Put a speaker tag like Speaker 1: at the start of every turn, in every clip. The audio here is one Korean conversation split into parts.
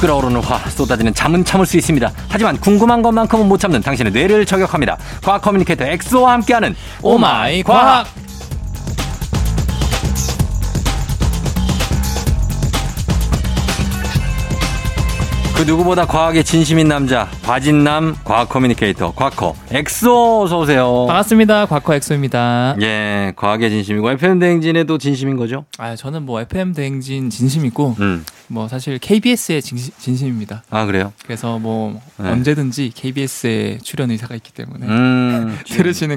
Speaker 1: 끓어오르는 화 쏟아지는 잠은 참을 수 있습니다. 하지만 궁금한 것만큼은 못 참는 당신의 뇌를 저격합니다. 과학 커뮤니케이터 엑소와 함께하는 오마이 과학. 그 누구보다 과학에 진심인 남자 과진남 과학 커뮤니케이터 과커 엑소 어서 오세요.
Speaker 2: 반갑습니다. 과커 엑소입니다.
Speaker 1: 예, 과학의 진심이고 FM 대행진에도 진심인 거죠?
Speaker 2: 아, 저는 뭐 FM 대행진 진심이고
Speaker 1: 음.
Speaker 2: 뭐 사실 KBS의 진심, 입니다
Speaker 1: 아 그래요?
Speaker 2: 그래서 뭐
Speaker 1: 네.
Speaker 2: 언제든지 KBS에 출연 의사가 있기 때문에
Speaker 1: 음.
Speaker 2: 들으시는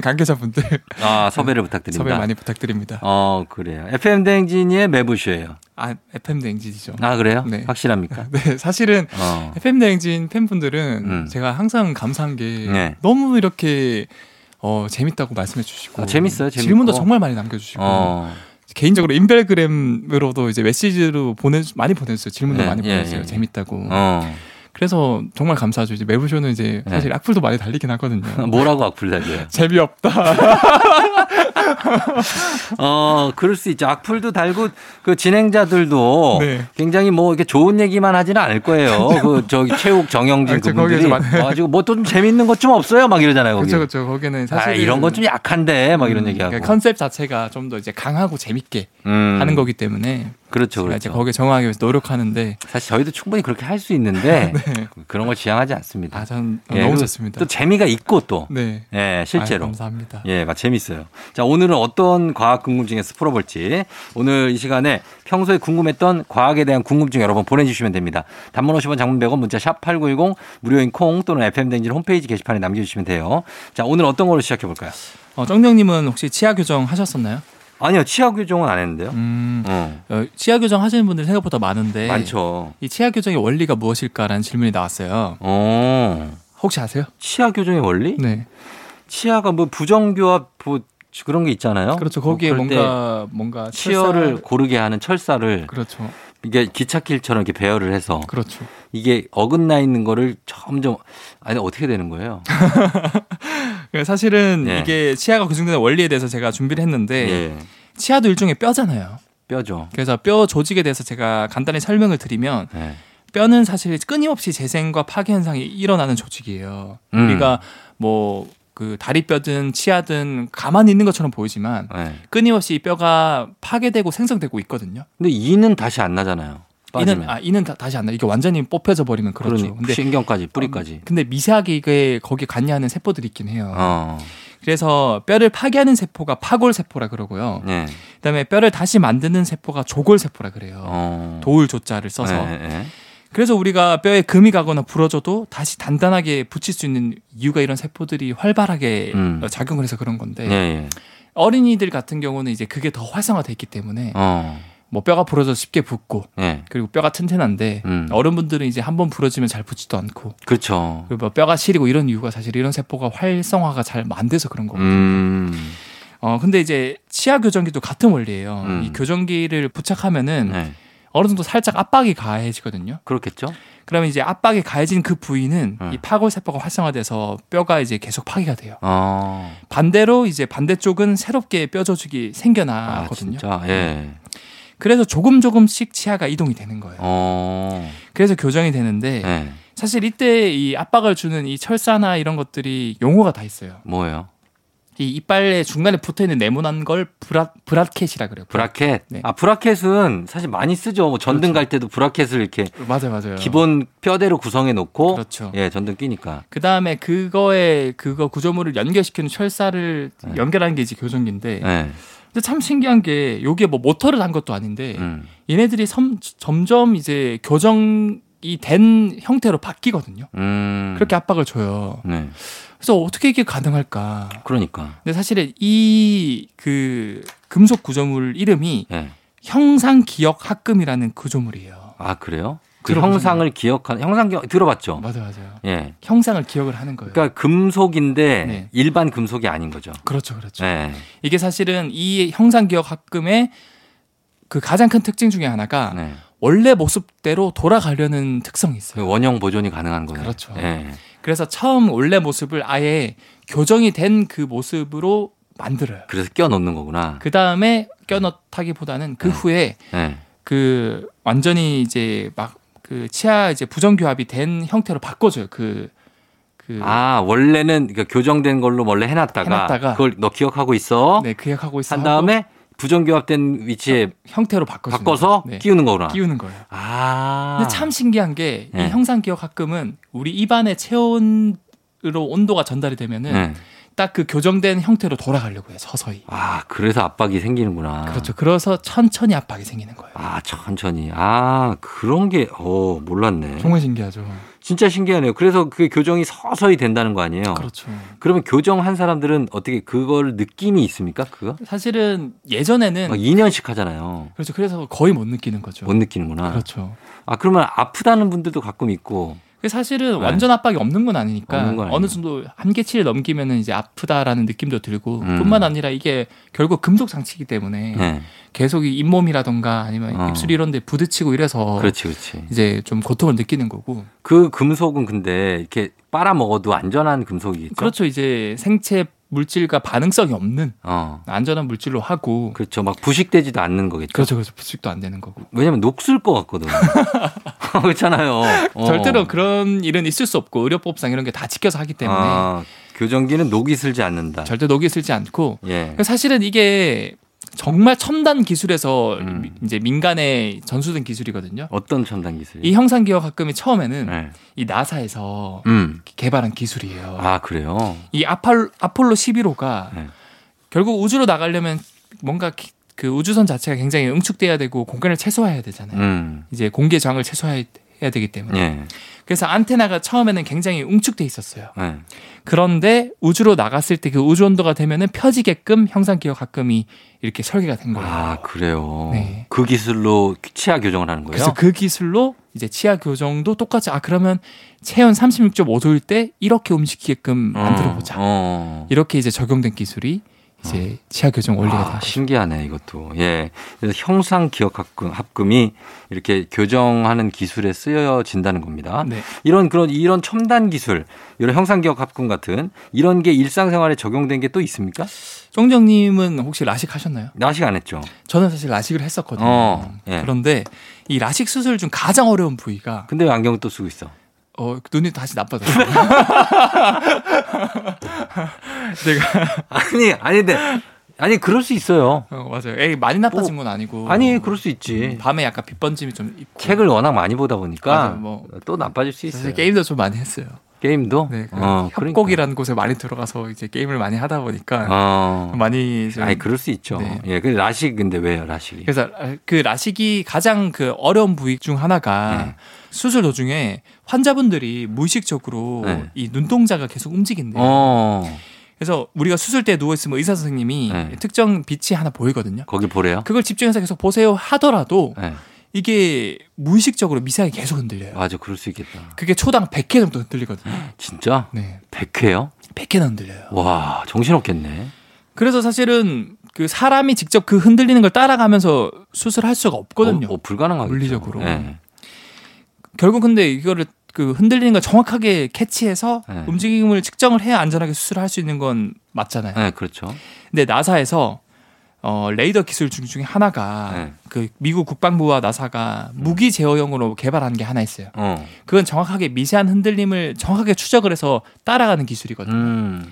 Speaker 2: 관계자분들
Speaker 1: 아 섭외를 부탁드립니다.
Speaker 2: 섭외 많이 부탁드립니다.
Speaker 1: 어 그래요. FM 대행진이의 매부쇼예요.
Speaker 2: 아, FM 대행진이죠.
Speaker 1: 아 그래요?
Speaker 2: 네.
Speaker 1: 확실합니까?
Speaker 2: 네, 사실은
Speaker 1: 어.
Speaker 2: FM 대행진 팬분들은
Speaker 1: 음.
Speaker 2: 제가 항상 감사한 게
Speaker 1: 네.
Speaker 2: 너무 이렇게 어, 재밌다고 말씀해 주시고
Speaker 1: 아, 재밌어요, 재밌고.
Speaker 2: 질문도 정말 많이 남겨 주시고
Speaker 1: 어.
Speaker 2: 개인적으로 인별그램으로도 이제 메시지로 보내 많이 보내주세요. 질문도
Speaker 1: 예,
Speaker 2: 많이
Speaker 1: 예,
Speaker 2: 보내주세요.
Speaker 1: 예.
Speaker 2: 재밌다고.
Speaker 1: 어.
Speaker 2: 그래서 정말 감사하죠. 이제 매부쇼는 이제
Speaker 1: 예.
Speaker 2: 사실 악플도 많이 달리긴 하거든요.
Speaker 1: 뭐라고 악플 달려요?
Speaker 2: 재미없다.
Speaker 1: 어, 그럴 수 있죠. 악플도 달고 그 진행자들도
Speaker 2: 네.
Speaker 1: 굉장히 뭐 이렇게 좋은 얘기만 하지는 않을 거예요. 그 저기 최욱 정영진
Speaker 2: 아, 저
Speaker 1: 그분들이
Speaker 2: 거기에서 많이-
Speaker 1: 가지고 뭐 또 좀 재밌는 것 좀 없어요, 막 이러잖아요. 거기.
Speaker 2: 그렇죠, 그렇죠. 음, 거기는 사실
Speaker 1: 아, 이런 건 좀 약한데 막 이런 얘기하고.
Speaker 2: 컨셉 자체가 좀 더 이제 강하고 재밌게
Speaker 1: 음,
Speaker 2: 하는 거기 때문에
Speaker 1: 그렇죠,
Speaker 2: 제가 이제
Speaker 1: 그렇죠.
Speaker 2: 거기에 정하기 위해서 노력하는데
Speaker 1: 사실 저희도 충분히 그렇게 할 수 있는데 그런 걸 지향하지 않습니다.
Speaker 2: 아, 전
Speaker 1: 예,
Speaker 2: 네. 너무
Speaker 1: 그리고
Speaker 2: 좋습니다.
Speaker 1: 또 재미가 있고 또
Speaker 2: 네,
Speaker 1: 예, 실제로
Speaker 2: 아유, 감사합니다.
Speaker 1: 예, 막 재밌어요. 자, 오늘은 어떤 과학 궁금증에서 풀어볼지 오늘 이 시간에 평소에 궁금했던 과학에 대한 궁금증 여러분 보내주시면 됩니다. 단문 50원, 장문 100원, 문자 샵 #8910 무료인 콩 또는 FM 댕진 홈페이지 게시판에 남겨주시면 돼요. 자, 오늘 어떤 걸로 시작해 볼까요?
Speaker 2: 어, 정명님은 혹시 치아 교정 하셨었나요?
Speaker 1: 아니요, 치아 교정은 안 했는데요.
Speaker 2: 음, 네.
Speaker 1: 어,
Speaker 2: 어, 치아 교정 하시는 분들 생각보다 많은데
Speaker 1: 많죠.
Speaker 2: 이 치아 교정의 원리가 무엇일까라는 질문이 나왔어요.
Speaker 1: 어,
Speaker 2: 혹시 아세요?
Speaker 1: 치아 교정의 원리?
Speaker 2: 네.
Speaker 1: 치아가 뭐 부정교합 뭐 그런 게 있잖아요.
Speaker 2: 그렇죠. 거기에
Speaker 1: 뭐 그럴 때
Speaker 2: 뭔가 뭔가
Speaker 1: 치열을
Speaker 2: 철사-
Speaker 1: 고르게 하는 철사를
Speaker 2: 그렇죠.
Speaker 1: 이게 기찻길처럼 이렇게 배열을 해서
Speaker 2: 그렇죠. 이게
Speaker 1: 이게 어긋나 있는 거를 점점 아니 어떻게 되는 거예요?
Speaker 2: 네, 사실은
Speaker 1: 예.
Speaker 2: 이게 치아가 구성되는 원리에 대해서 제가 준비를 했는데
Speaker 1: 예.
Speaker 2: 치아도 일종의 뼈잖아요.
Speaker 1: 뼈죠.
Speaker 2: 그래서 뼈 조직에 대해서 제가 간단히 설명을 드리면
Speaker 1: 예.
Speaker 2: 뼈는 사실 끊임없이 재생과 파괴 현상이 일어나는 조직이에요.
Speaker 1: 음.
Speaker 2: 우리가 뭐 그 다리뼈든 치아든 가만히 있는 것처럼 보이지만
Speaker 1: 예.
Speaker 2: 끊임없이 이 뼈가 파괴되고 생성되고 있거든요.
Speaker 1: 근데 이는 다시 안 나잖아요. 빠지면.
Speaker 2: 이는 아 이는 다, 다시 안 나. 이게 완전히 뽑혀져 버리면 그렇죠.
Speaker 1: 그러니
Speaker 2: 근데
Speaker 1: 신경까지 뿌리까지.
Speaker 2: 근데 미세하게 이게 거기에 관여하는 세포들이 있긴 해요.
Speaker 1: 어.
Speaker 2: 그래서 뼈를 파괴하는 세포가 파골 세포라 그러고요.
Speaker 1: 예.
Speaker 2: 그다음에 뼈를 다시 만드는 세포가 조골 세포라 그래요.
Speaker 1: 어.
Speaker 2: 도울 조자를 써서.
Speaker 1: 예, 예.
Speaker 2: 그래서 우리가 뼈에 금이 가거나 부러져도 다시 단단하게 붙일 수 있는 이유가 이런 세포들이 활발하게
Speaker 1: 음.
Speaker 2: 어, 작용을 해서 그런 건데
Speaker 1: 예, 예.
Speaker 2: 어린이들 같은 경우는 이제 그게 더 활성화돼 있기 때문에
Speaker 1: 어.
Speaker 2: 뭐 뼈가 부러져 쉽게 붙고
Speaker 1: 예.
Speaker 2: 그리고 뼈가 튼튼한데
Speaker 1: 음.
Speaker 2: 어른분들은 이제 한번 부러지면 잘 붙지도 않고
Speaker 1: 그렇죠.
Speaker 2: 그리고 뭐 뼈가 시리고 이런 이유가 사실 이런 세포가 활성화가 잘 안 돼서 그런 거거든요.
Speaker 1: 음.
Speaker 2: 어 근데 이제 치아 교정기도 같은 원리예요.
Speaker 1: 음.
Speaker 2: 이 교정기를 부착하면은
Speaker 1: 예.
Speaker 2: 어느 정도 살짝 압박이 가해지거든요.
Speaker 1: 그렇겠죠?
Speaker 2: 그러면 이제 압박이 가해진 그 부위는
Speaker 1: 음.
Speaker 2: 이 파골 세포가 활성화돼서 뼈가 이제 계속 파괴가 돼요.
Speaker 1: 어.
Speaker 2: 반대로 이제 반대쪽은 새롭게 뼈 조직이
Speaker 1: 아,
Speaker 2: 생겨나거든요. 네.
Speaker 1: 진짜. 예.
Speaker 2: 그래서 조금 조금씩 치아가 이동이 되는 거예요.
Speaker 1: 어.
Speaker 2: 그래서 교정이 되는데
Speaker 1: 예.
Speaker 2: 사실 이때 이 압박을 주는 이 철사나 이런 것들이 용어가 다 있어요.
Speaker 1: 뭐예요?
Speaker 2: 이 이빨의 중간에 붙어 있는 네모난 걸 브라, 브라켓이라 그래요.
Speaker 1: 브라켓.
Speaker 2: 네. 그렇죠.
Speaker 1: 아, 브라켓은 사실 많이 쓰죠. 뭐 전등 갈 때도 브라켓을 이렇게
Speaker 2: 맞아요, 맞아요.
Speaker 1: 기본 뼈대로 구성해 놓고
Speaker 2: 그렇죠.
Speaker 1: 예, 전등 끼니까.
Speaker 2: 그 다음에 그거에 그거 구조물을 연결시키는 철사를
Speaker 1: 네.
Speaker 2: 연결하는 게 이제 교정기인데
Speaker 1: 예.
Speaker 2: 근데 참 신기한 게 요게 뭐 모터를 단 것도 아닌데
Speaker 1: 음.
Speaker 2: 얘네들이 섬- 점점 이제 교정이 된 형태로 바뀌거든요.
Speaker 1: 음.
Speaker 2: 그렇게 압박을 줘요.
Speaker 1: 네.
Speaker 2: 그래서 어떻게 이게 가능할까?
Speaker 1: 그러니까.
Speaker 2: 근데 사실은 이 그 금속 구조물 이름이
Speaker 1: 예.
Speaker 2: 형상 기억 합금이라는 구조물이에요.
Speaker 1: 아, 그래요? 그
Speaker 2: 들어보셨나요?
Speaker 1: 형상을 기억하는 형상 기억 들어봤죠?
Speaker 2: 맞아 맞아요.
Speaker 1: 예.
Speaker 2: 형상을 기억을 하는 거예요.
Speaker 1: 그러니까 금속인데
Speaker 2: 네.
Speaker 1: 일반 금속이 아닌 거죠.
Speaker 2: 그렇죠, 그렇죠.
Speaker 1: 예.
Speaker 2: 이게 사실은 이 형상 기억 합금의 그 가장 큰 특징 중에 하나가
Speaker 1: 네.
Speaker 2: 원래 모습대로 돌아가려는 특성이 있어요.
Speaker 1: 그 원형 보존이 가능한 거예요.
Speaker 2: 그렇죠.
Speaker 1: 예.
Speaker 2: 그래서 처음 원래 모습을 아예 교정이 된 그 모습으로 만들어요.
Speaker 1: 그래서 끼워 넣는 거구나.
Speaker 2: 그 다음에 껴넣다기보다는 그
Speaker 1: 네.
Speaker 2: 후에
Speaker 1: 예.
Speaker 2: 그 완전히 이제 막 그 그 치아 이제 부정교합이 된 형태로 바꿔줘요. 그, 그,
Speaker 1: 아 원래는 그러니까 교정된 걸로 원래 해놨다가,
Speaker 2: 해놨다가
Speaker 1: 그걸 너 기억하고 있어
Speaker 2: 네, 그 약하고 있어.
Speaker 1: 한
Speaker 2: 하고
Speaker 1: 다음에 부정교합된 위치에
Speaker 2: 형태로 바꿔주는
Speaker 1: 바꿔서
Speaker 2: 거예요. 네,
Speaker 1: 끼우는 거구나.
Speaker 2: 끼우는 거예요.
Speaker 1: 아.
Speaker 2: 근데 참 신기한 게 이
Speaker 1: 네.
Speaker 2: 형상기억학금은 우리 입안의 체온으로 온도가 전달이 되면은
Speaker 1: 네.
Speaker 2: 딱 그 교정된 형태로 돌아가려고 해요. 서서히.
Speaker 1: 아 그래서 압박이 생기는구나.
Speaker 2: 그렇죠. 그래서 천천히 압박이 생기는 거예요.
Speaker 1: 아 천천히. 아 그런 게어 몰랐네.
Speaker 2: 정말 신기하죠.
Speaker 1: 진짜 신기하네요. 그래서 그 교정이 서서히 된다는 거 아니에요?
Speaker 2: 그렇죠.
Speaker 1: 그러면 교정한 사람들은 어떻게 그걸 느낌이 있습니까? 그거?
Speaker 2: 사실은 예전에는
Speaker 1: 막 2년씩 하잖아요.
Speaker 2: 그렇죠. 네. 그래서 거의 못 느끼는 거죠.
Speaker 1: 어, 못 느끼는구나.
Speaker 2: 그렇죠.
Speaker 1: 아 그러면 아프다는 분들도 가끔 있고.
Speaker 2: 그 사실은
Speaker 1: 네.
Speaker 2: 완전 압박이 없는 건 아니니까
Speaker 1: 없는 건
Speaker 2: 어느
Speaker 1: 아니에요.
Speaker 2: 정도 한계치를 넘기면은 이제 아프다라는 느낌도 들고
Speaker 1: 음.
Speaker 2: 뿐만 아니라 이게 결국 금속 장치이기 때문에
Speaker 1: 네.
Speaker 2: 계속 이 인몸이라던가 아니면
Speaker 1: 어. 그렇죠.
Speaker 2: 입술 이런 데 부딪히고 이래서
Speaker 1: 그렇지, 그렇지.
Speaker 2: 이제 좀 고통을 느끼는 거고
Speaker 1: 그 금속은 근데 이렇게 빨아 먹어도 안전한 금속이겠죠.
Speaker 2: 그렇죠. 이제 생체 물질과 반응성이 없는
Speaker 1: 어.
Speaker 2: 안전한 물질로 하고
Speaker 1: 그렇죠. 막 부식되지도 않는 거겠죠.
Speaker 2: 그렇죠. 그렇죠. 부식도 안 되는 거고
Speaker 1: 왜냐면 녹슬 것 같거든. 어, 그렇잖아요. 어.
Speaker 2: 절대로 그런 일은 있을 수 없고 의료법상 이런 게 다 지켜서 하기 때문에
Speaker 1: 아, 교정기는 녹이 슬지 않는다.
Speaker 2: 절대 녹이 슬지 않고 그러니까
Speaker 1: 예.
Speaker 2: 사실은 이게 정말 첨단 기술에서
Speaker 1: 음.
Speaker 2: 미- 이제 민간에 전수된 기술이거든요.
Speaker 1: 어떤 첨단 기술이?
Speaker 2: 이 형상 기억 가끔이 처음에는
Speaker 1: 예. 네.
Speaker 2: 이 나사에서
Speaker 1: 음.
Speaker 2: 개발한 기술이에요.
Speaker 1: 아, 그래요?
Speaker 2: 이 아팔, 아폴로 11호가
Speaker 1: 네.
Speaker 2: 결국 우주로 나가려면 뭔가 기- 그 우주선 자체가 굉장히 응축돼야 되고 공간을 최소화해야 되잖아요.
Speaker 1: 음.
Speaker 2: 이제 공기의 저항을 최소화해야 되기 때문에.
Speaker 1: 예.
Speaker 2: 그래서 안테나가 처음에는 굉장히 응축돼 있었어요.
Speaker 1: 예.
Speaker 2: 그런데 우주로 나갔을 때 그 우주 온도가 되면은 펴지게끔 형상 기억 가끔이 이렇게 설계가 된 거예요.
Speaker 1: 아, 그래요.
Speaker 2: 뭐. 네.
Speaker 1: 그 기술로 치아 교정을 하는 거예요?
Speaker 2: 그래서 그 기술로 이제 치아 교정도 똑같이 아 그러면 체온 36.5도일 때 이렇게
Speaker 1: 음.
Speaker 2: 움직이게끔 그 만들어보자
Speaker 1: 어.
Speaker 2: 이렇게 이제 적용된 기술이 이제 치아 교정 원리가
Speaker 1: 음. 아,
Speaker 2: 된 거죠.
Speaker 1: 신기하네 이것도. 예. 그래서 형상 기억 합금, 합금이 이렇게 교정하는 기술에 쓰여진다는 겁니다.
Speaker 2: 네.
Speaker 1: 이런 그런 이런 첨단 기술, 이런 형상 기억 합금 같은 이런 게 일상생활에 적용된 게 또 있습니까?
Speaker 2: 쫑정님은 혹시 라식 하셨나요?
Speaker 1: 나식 안 했죠.
Speaker 2: 저는 사실 라식을 했었거든요.
Speaker 1: 어, 예.
Speaker 2: 그런데 이 라식 수술 중 가장 어려운 부위가
Speaker 1: 근데 왜 안경을 또 쓰고 있어?
Speaker 2: 어, 눈이 다시 나빠졌어요. 내가
Speaker 1: 아니 아닌데 아니 그럴 수 있어요.
Speaker 2: 어, 맞아요. 에이, 많이 나빠진 건 아니고
Speaker 1: 아니 그럴 수 있지.
Speaker 2: 밤에 약간 빛번짐이 좀 있고
Speaker 1: 책을 워낙 많이 보다 보니까
Speaker 2: 음, 맞아요, 뭐.
Speaker 1: 또 나빠질 수
Speaker 2: 사실
Speaker 1: 있어요.
Speaker 2: 게임도 좀 많이 했어요.
Speaker 1: 게임도
Speaker 2: 네, 그
Speaker 1: 어, 그러니까.
Speaker 2: 협곡이라는 곳에 많이 들어가서 이제 게임을 많이 하다 보니까
Speaker 1: 어.
Speaker 2: 많이 좀-
Speaker 1: 아니 그럴 수 있죠.
Speaker 2: 네.
Speaker 1: 예, 근데 라식 근데 왜요 라식이?
Speaker 2: 그래서 그 라식이 가장 그 어려운 부위 중 하나가
Speaker 1: 네.
Speaker 2: 수술 도중에 환자분들이 무의식적으로
Speaker 1: 네.
Speaker 2: 이 눈동자가 계속 움직인대요.
Speaker 1: 어
Speaker 2: 그래서 우리가 수술 때 누워 있으면 의사 선생님이
Speaker 1: 네.
Speaker 2: 특정 빛이 하나 보이거든요.
Speaker 1: 거기 보래요?
Speaker 2: 그걸 집중해서 계속 보세요 하더라도
Speaker 1: 네,
Speaker 2: 이게 무의식적으로 미세하게 계속 흔들려요.
Speaker 1: 맞아, 그럴 수 있겠다.
Speaker 2: 그게 초당 100회 정도 흔들리거든요.
Speaker 1: 진짜?
Speaker 2: 네.
Speaker 1: 100회요?
Speaker 2: 100회나 흔들려요.
Speaker 1: 와, 정신없겠네.
Speaker 2: 그래서 사실은 그 사람이 직접 그 흔들리는 걸 따라가면서 수술할 수가 없거든요.
Speaker 1: 어, 어, 불가능하겠죠.
Speaker 2: 물리적으로.
Speaker 1: 네.
Speaker 2: 결국 근데 이거를 그 흔들리는 걸 정확하게 캐치해서
Speaker 1: 네.
Speaker 2: 움직임을 측정을 해야 안전하게 수술을 할 수 있는 건 맞잖아요.
Speaker 1: 네, 그렇죠.
Speaker 2: 근데 나사에서 어, 레이더 기술 중 중에 하나가
Speaker 1: 네.
Speaker 2: 그 미국 국방부와 나사가 무기 제어용으로 개발한 게 하나 있어요.
Speaker 1: 어.
Speaker 2: 그건 정확하게 미세한 흔들림을 정확하게 추적을 해서 따라가는 기술이거든요.
Speaker 1: 음.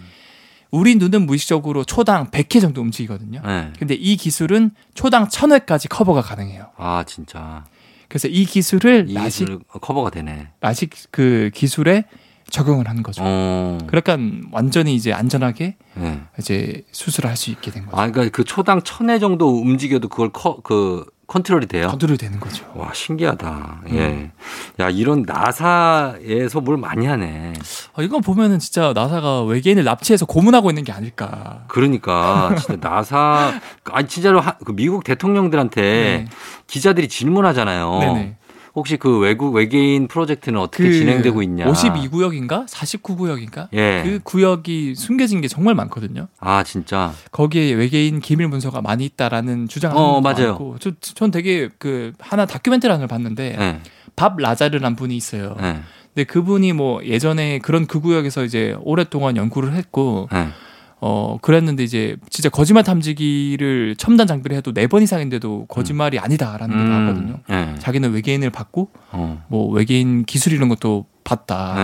Speaker 2: 우리 눈은 무의식적으로 초당 100회 정도 움직이거든요.
Speaker 1: 네.
Speaker 2: 근데 이 기술은 초당 1000회까지 커버가 가능해요.
Speaker 1: 아, 진짜.
Speaker 2: 그래서 이 기술을
Speaker 1: 이
Speaker 2: 라식
Speaker 1: 기술 커버가 되네.
Speaker 2: 라식 그 기술에 적용을 한 거죠.
Speaker 1: 어.
Speaker 2: 그러니까 완전히 이제 안전하게
Speaker 1: 네.
Speaker 2: 이제 수술을 할 수 있게 된 거죠.
Speaker 1: 아, 그러니까 그 초당 천회 정도 움직여도 그걸 커, 그 컨트롤이 돼요.
Speaker 2: 컨트롤 음. 되는 거죠.
Speaker 1: 와, 신기하다. 예. 야, 이런 나사에서 뭘 많이 하네.
Speaker 2: 아, 이거 보면은 진짜 나사가 외계인을 납치해서 고문하고 있는 게 아닐까.
Speaker 1: 그러니까 진짜 나사 아니 진짜로 하- 그 미국 대통령들한테
Speaker 2: 네.
Speaker 1: 기자들이 질문하잖아요.
Speaker 2: 네네. 그
Speaker 1: 혹시 그 외국 외계인 프로젝트는 어떻게 진행되고 있냐?
Speaker 2: 52구역인가? 49구역인가?
Speaker 1: 예.
Speaker 2: 그 구역이 숨겨진 게 정말 많거든요.
Speaker 1: 아 진짜.
Speaker 2: 거기에 외계인 기밀 문서가 많이 있다라는 주장을
Speaker 1: 어,
Speaker 2: 하는 것도
Speaker 1: 맞아요.
Speaker 2: 많고. 저, 전 되게 그 하나 다큐멘터리 하나를 봤는데
Speaker 1: 예.
Speaker 2: 밥 라자르란 분이 있어요.
Speaker 1: 예.
Speaker 2: 근데 그분이 뭐 예전에 그런 그 구역에서 이제 오랫동안 연구를 했고
Speaker 1: 예.
Speaker 2: 어 그랬는데 이제 진짜 거짓말 탐지기를 첨단 장비를 해도 네 번 이상인데도 거짓말이 아니다라는 걸
Speaker 1: 음,
Speaker 2: 나왔거든요.
Speaker 1: 예.
Speaker 2: 자기는 외계인을 봤고
Speaker 1: 어.
Speaker 2: 뭐 외계인 기술 이런 것도 봤다.
Speaker 1: 예.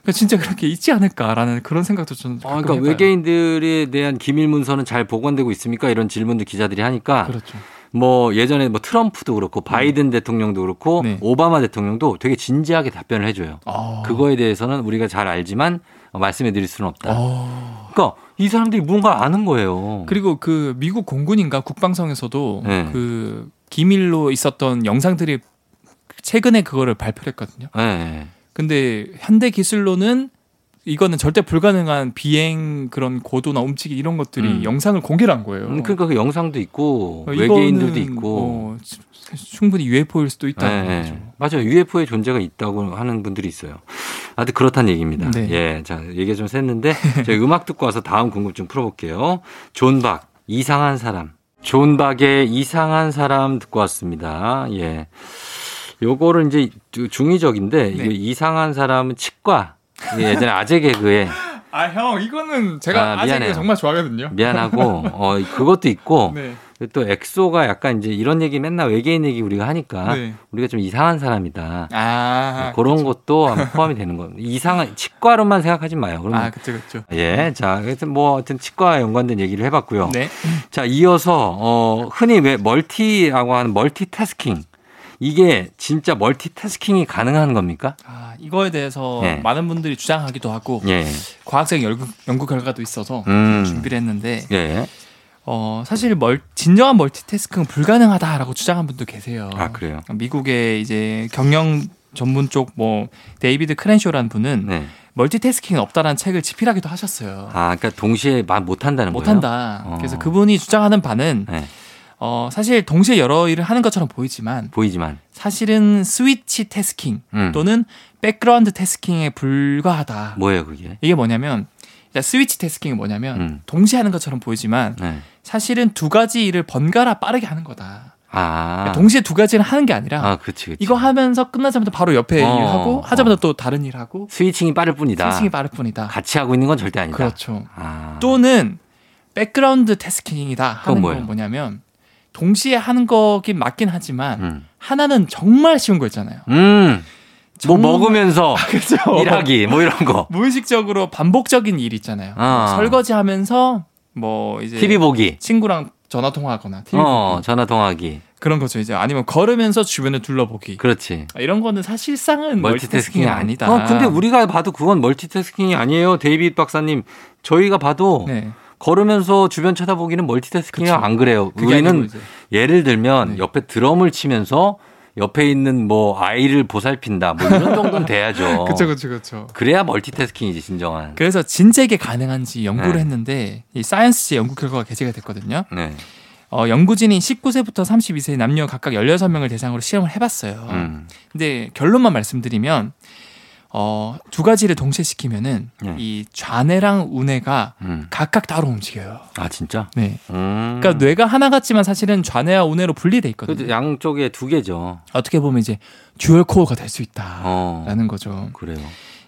Speaker 2: 그러니까 진짜 그렇게 있지 않을까라는 그런 생각도 저는
Speaker 1: 아,
Speaker 2: 가끔
Speaker 1: 그러니까
Speaker 2: 해봐요.
Speaker 1: 외계인들에 대한 기밀 문서는 잘 보관되고 있습니까? 이런 질문도 기자들이 하니까
Speaker 2: 그렇죠.
Speaker 1: 뭐 예전에 뭐 트럼프도 그렇고 바이든 대통령도 그렇고
Speaker 2: 네.
Speaker 1: 오바마 대통령도 되게 진지하게 답변을 해줘요.
Speaker 2: 아.
Speaker 1: 그거에 대해서는 우리가 잘 알지만 말씀해 드릴 수는 없다.
Speaker 2: 아.
Speaker 1: 그러니까 이 사람들이 무언가를 아는 거예요.
Speaker 2: 그리고 그 미국 공군인가 국방성에서도
Speaker 1: 네.
Speaker 2: 그 기밀로 있었던 영상들이 최근에 그거를 발표했거든요.
Speaker 1: 예.
Speaker 2: 근데 현대 기술로는 이거는 절대 불가능한 비행 그런 고도나 움직이 이런 것들이
Speaker 1: 음.
Speaker 2: 영상을 공개를 한 거예요.
Speaker 1: 음, 그러니까 그 영상도 있고
Speaker 2: 어,
Speaker 1: 외계인들도
Speaker 2: 이거는,
Speaker 1: 있고
Speaker 2: 어, 수- 충분히 UFO일 수도 있다는
Speaker 1: 예,
Speaker 2: 거죠.
Speaker 1: 예. 맞아요. UFO의 존재가 있다고 하는 분들이 있어요. 아무튼 그렇다는 얘기입니다.
Speaker 2: 네.
Speaker 1: 예. 자, 얘기 좀 샜는데 저희 음악 듣고 와서 다음 궁금증 풀어볼게요. 존박, 이상한 사람. 존박의 이상한 사람 듣고 왔습니다. 예. 요거를 이제 주- 중의적인데 이거
Speaker 2: 네.
Speaker 1: 이상한 사람은 치과. 이게 예전에 아재 개그에
Speaker 2: 아, 형, 이거는
Speaker 1: 제가 아, 아재 미안해요. 개그 정말
Speaker 2: 좋아하거든요.
Speaker 1: 미안하고 어 그것도 있고
Speaker 2: 네.
Speaker 1: 또 엑소가 약간 이제 이런 얘기 맨날 외계인 얘기 우리가 하니까
Speaker 2: 네.
Speaker 1: 우리가 좀 이상한 사람이다.
Speaker 2: 아,
Speaker 1: 뭐 그런 것도 아마 포함이 되는 건 이상한 치과로만 생각하지 마요. 그러면
Speaker 2: 아, 그쵸, 그쵸.
Speaker 1: 예, 자, 하여튼 뭐, 하여튼 치과 연관된 얘기를 해봤고요.
Speaker 2: 네.
Speaker 1: 자, 이어서 어, 흔히 왜 멀티라고 하는 멀티태스킹 이게 진짜 멀티태스킹이 가능한 겁니까?
Speaker 2: 아, 이거에 대해서
Speaker 1: 예.
Speaker 2: 많은 분들이 주장하기도 하고
Speaker 1: 예,
Speaker 2: 과학적 연구, 연구 결과도 있어서
Speaker 1: 음,
Speaker 2: 준비를 했는데
Speaker 1: 예,
Speaker 2: 어, 사실 멀, 진정한 멀티태스킹은 불가능하다라고 주장한 분도 계세요.
Speaker 1: 아 그래요.
Speaker 2: 미국의 이제 경영 전문 쪽 뭐 데이비드 크랜쇼라는 분은
Speaker 1: 네,
Speaker 2: 멀티태스킹은 없다라는 책을 집필하기도 하셨어요.
Speaker 1: 아, 그러니까 동시에 말 못한다는 거예요.
Speaker 2: 못한다.
Speaker 1: 어.
Speaker 2: 그래서 그분이 주장하는 바는
Speaker 1: 네,
Speaker 2: 어, 사실 동시에 여러 일을 하는 것처럼 보이지만
Speaker 1: 보이지만,
Speaker 2: 사실은 스위치 태스킹
Speaker 1: 음,
Speaker 2: 또는 백그라운드 태스킹에 불과하다.
Speaker 1: 뭐예요 그게?
Speaker 2: 이게 뭐냐면 일단 스위치 태스킹이 뭐냐면
Speaker 1: 음.
Speaker 2: 동시에 하는 것처럼 보이지만
Speaker 1: 네,
Speaker 2: 사실은 두 가지 일을 번갈아 빠르게 하는 거다. 그러니까
Speaker 1: 아,
Speaker 2: 동시에 두 가지를 하는 게 아니라
Speaker 1: 아, 그렇지, 그렇지.
Speaker 2: 이거 하면서 끝나자마자 바로 옆에
Speaker 1: 어,
Speaker 2: 일하고 하자마자 또 다른 일하고
Speaker 1: 스위칭이 빠를 뿐이다.
Speaker 2: 스위칭이 빠를 뿐이다.
Speaker 1: 같이 하고 있는 건 절대 아니다.
Speaker 2: 그렇죠.
Speaker 1: 아,
Speaker 2: 또는 백그라운드 태스킹이다
Speaker 1: 그건
Speaker 2: 하는
Speaker 1: 뭐예요?
Speaker 2: 건 뭐냐면 동시에 하는 거긴 맞긴 하지만
Speaker 1: 음,
Speaker 2: 하나는 정말 쉬운 거 있잖아요.
Speaker 1: 음. 뭐
Speaker 2: 정말-
Speaker 1: 먹으면서
Speaker 2: 그렇죠.
Speaker 1: 일하기 뭐 이런 거.
Speaker 2: 무의식적으로 반복적인 일 있잖아요. 뭐
Speaker 1: 아.
Speaker 2: 설거지하면서 뭐 이제
Speaker 1: TV 보기.
Speaker 2: 친구랑 전화 통화하거나 TV
Speaker 1: 어,
Speaker 2: 보기.
Speaker 1: 전화 통화기.
Speaker 2: 그런 거죠. 이제 아니면 걸으면서 주변을 둘러보기.
Speaker 1: 그렇지.
Speaker 2: 이런 거는 사실상은 멀티태스킹이, 아니다.
Speaker 1: 어, 근데 우리가 봐도 그건 멀티태스킹이 아니에요. 데이빗 박사님. 저희가 봐도
Speaker 2: 네.
Speaker 1: 걸으면서 주변 쳐다보기는 멀티태스킹이
Speaker 2: 그쵸.
Speaker 1: 안 그래요.
Speaker 2: 그게 아니고
Speaker 1: 우리는
Speaker 2: 이제
Speaker 1: 예를 들면
Speaker 2: 네.
Speaker 1: 옆에 드럼을 치면서 옆에 있는 뭐 아이를 보살핀다. 뭐 이런 정도는 돼야죠.
Speaker 2: 그쵸 그쵸 그쵸.
Speaker 1: 그래야 멀티태스킹이지 진정한.
Speaker 2: 어. 그래서 진짜 이게 가능한지 연구를
Speaker 1: 네.
Speaker 2: 했는데 이 사이언스지 연구 결과가 게재가 됐거든요.
Speaker 1: 네.
Speaker 2: 어, 연구진이 19세부터 32세 남녀 각각 16명을 대상으로 실험을 해봤어요.
Speaker 1: 음.
Speaker 2: 근데 결론만 말씀드리면 어, 두 가지를 동시에 시키면은
Speaker 1: 네.
Speaker 2: 이 좌뇌랑 우뇌가
Speaker 1: 음.
Speaker 2: 각각 따로 움직여요.
Speaker 1: 아 진짜?
Speaker 2: 네.
Speaker 1: 음.
Speaker 2: 그러니까 뇌가 하나 같지만 사실은 좌뇌와 우뇌로 분리돼 있거든요.
Speaker 1: 그 양쪽에 두 개죠.
Speaker 2: 어떻게 보면 이제 듀얼 코어가 될 수 있다라는
Speaker 1: 어.
Speaker 2: 거죠.
Speaker 1: 그래요.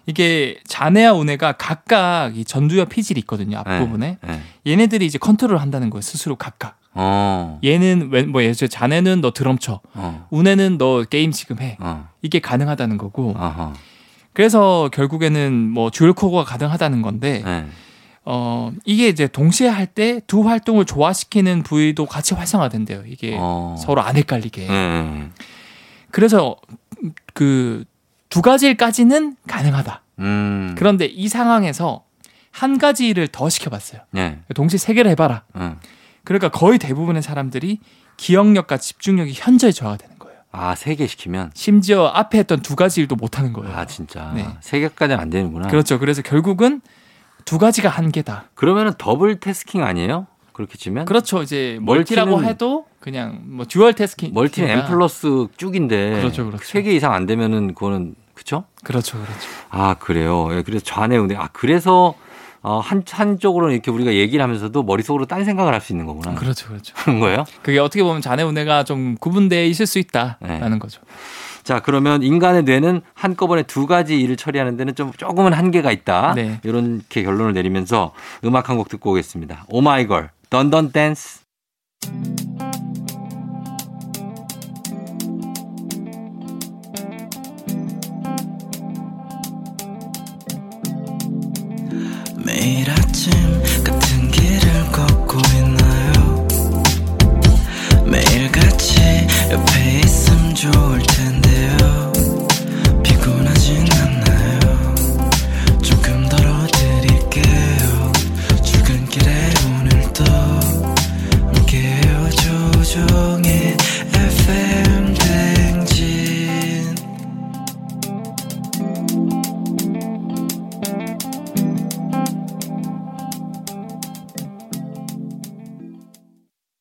Speaker 2: 이게 좌뇌와 우뇌가 각각 이 전두엽 피질이 있거든요. 앞부분에
Speaker 1: 네.
Speaker 2: 얘네들이 이제 컨트롤 한다는 거예요. 스스로 각각.
Speaker 1: 어.
Speaker 2: 얘는 웬- 뭐 예전에 좌뇌는 너 드럼 쳐.
Speaker 1: 어.
Speaker 2: 우뇌는 너 게임 지금 해.
Speaker 1: 어.
Speaker 2: 이게 가능하다는 거고.
Speaker 1: 아하.
Speaker 2: 그래서 결국에는 뭐 듀얼 코어가 가능하다는 건데
Speaker 1: 네.
Speaker 2: 어 이게 이제 동시에 할 때 두 활동을 조화시키는 부위도 같이 활성화된대요. 이게
Speaker 1: 어.
Speaker 2: 예. 서로 안 헷갈리게.
Speaker 1: 예, 예.
Speaker 2: 그래서 그 두 가지일까지는 가능하다.
Speaker 1: 음.
Speaker 2: 그런데 이 상황에서 한 가지 일을 더 시켜봤어요.
Speaker 1: 예.
Speaker 2: 동시에 세 개를 해봐라.
Speaker 1: 응.
Speaker 2: 그러니까 거의 대부분의 사람들이 기억력과 집중력이 현저히 저하가 되는 거예요.
Speaker 1: 아, 세 개 시키면
Speaker 2: 심지어 앞에 했던 두 가지 일도 못하는 거예요.
Speaker 1: 아, 진짜.
Speaker 2: 네.
Speaker 1: 세 개까지는 안 되는구나.
Speaker 2: 그렇죠. 그래서 결국은 두 가지가 한계다.
Speaker 1: 그러면은 더블 태스킹 아니에요? 그렇게 치면?
Speaker 2: 그렇죠. 이제
Speaker 1: 멀티는-
Speaker 2: 멀티라고 해도 그냥 뭐 듀얼 태스킹 그러니까.
Speaker 1: 멀티는 M 플러스 쭉인데
Speaker 2: 네. 그렇죠, 그렇죠.
Speaker 1: 세 개 이상 안 되면은 그거는 그쵸?
Speaker 2: 그렇죠, 그렇죠.
Speaker 1: 아, 그래요. 예, 그래서 좌뇌 우뇌. 아, 그래서 어, 한 한쪽으로는 이렇게 우리가 얘기를 하면서도 머릿속으로 딴 생각을 할 수 있는 거구나.
Speaker 2: 그렇죠, 그렇죠.
Speaker 1: 그런 거예요?
Speaker 2: 그게 어떻게 보면 자네 운해가 좀 구분돼 있을 수 있다라는 거죠.
Speaker 1: 자, 그러면 인간의 뇌는 한꺼번에 두 가지 일을 처리하는 데는 좀 조금은 한계가 있다.
Speaker 2: 네.
Speaker 1: 이렇게 결론을 내리면서 음악 한 곡 듣고 오겠습니다. 오마이걸, 던던 댄스.
Speaker 3: 매일 아침 같은 길을 걷고 있나요 매일 같이 옆에 있음 좋을 텐데요 피곤하진 않나요 조금 덜어드릴게요 출근길에 오늘도 함께해요 조종의 FM 댕진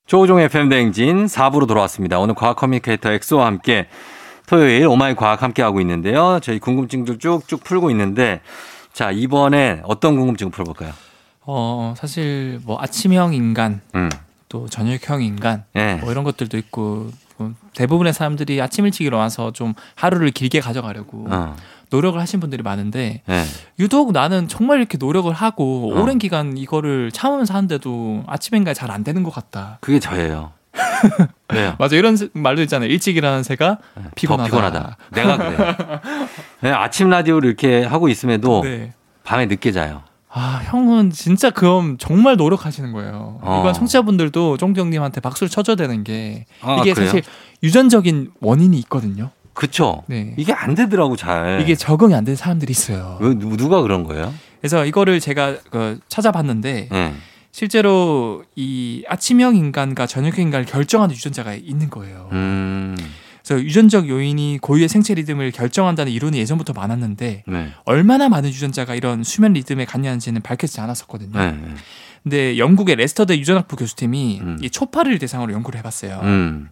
Speaker 1: 조우종 FM 대행진 4부로 돌아왔습니다. 오늘 과학 커뮤니케이터 엑소와 함께 토요일 오마이 과학 함께하고 있는데요. 저희 궁금증들 쭉쭉 풀고 있는데 자, 이번에 어떤 궁금증 풀어볼까요?
Speaker 2: 어, 사실 뭐 아침형 인간,
Speaker 1: 음.
Speaker 2: 또 저녁형 인간,
Speaker 1: 예.
Speaker 2: 뭐 이런 것들도 있고 뭐 대부분의 사람들이 아침 일찍 일어나서 좀 하루를 길게 가져가려고
Speaker 1: 어.
Speaker 2: 노력을 하신 분들이 많은데
Speaker 1: 예.
Speaker 2: 유독 나는 정말 이렇게 노력을 하고
Speaker 1: 어.
Speaker 2: 오랜 기간 이거를 참으면서 하는데도 아침엔가 잘 안 되는 것 같다.
Speaker 1: 그게 저예요. 왜요?
Speaker 2: 맞아 이런 세- 말도 있잖아요. 일찍 일어나는 새가
Speaker 1: 네, 더
Speaker 2: 피곤하다.
Speaker 1: 피곤하다. 내가 그래. 아침 라디오를 이렇게 하고 있음에도
Speaker 2: 네.
Speaker 1: 밤에 늦게 자요.
Speaker 2: 아 형은 진짜 그럼 정말 노력하시는 거예요.
Speaker 1: 어.
Speaker 2: 이건 청취자분들도 쫑디 형님한테 박수를 쳐줘야 되는 게
Speaker 1: 아,
Speaker 2: 이게
Speaker 1: 그래요?
Speaker 2: 사실 유전적인 원인이 있거든요.
Speaker 1: 그쵸?
Speaker 2: 네.
Speaker 1: 이게 네. 안 되더라고 잘.
Speaker 2: 이게 적응이 안 된 사람들이 있어요.
Speaker 1: 왜, 누- 누가 그런 거예요?
Speaker 2: 그래서 이거를 제가 그 찾아봤는데
Speaker 1: 예.
Speaker 2: 실제로 이 아침형 인간과 저녁형 인간을 결정하는 유전자가 있는 거예요.
Speaker 1: 음.
Speaker 2: 그래서 유전적 요인이 고유의 생체 리듬을 결정한다는 이론이 예전부터 많았는데
Speaker 1: 네.
Speaker 2: 얼마나 많은 유전자가 이런 수면 리듬에 관여하는지는 밝혀지지 않았었거든요.
Speaker 1: 네. 네.
Speaker 2: 근데 영국의 레스터대 유전학부 교수팀이
Speaker 1: 음.
Speaker 2: 이 초파를 대상으로 연구를 해봤어요.
Speaker 1: 음.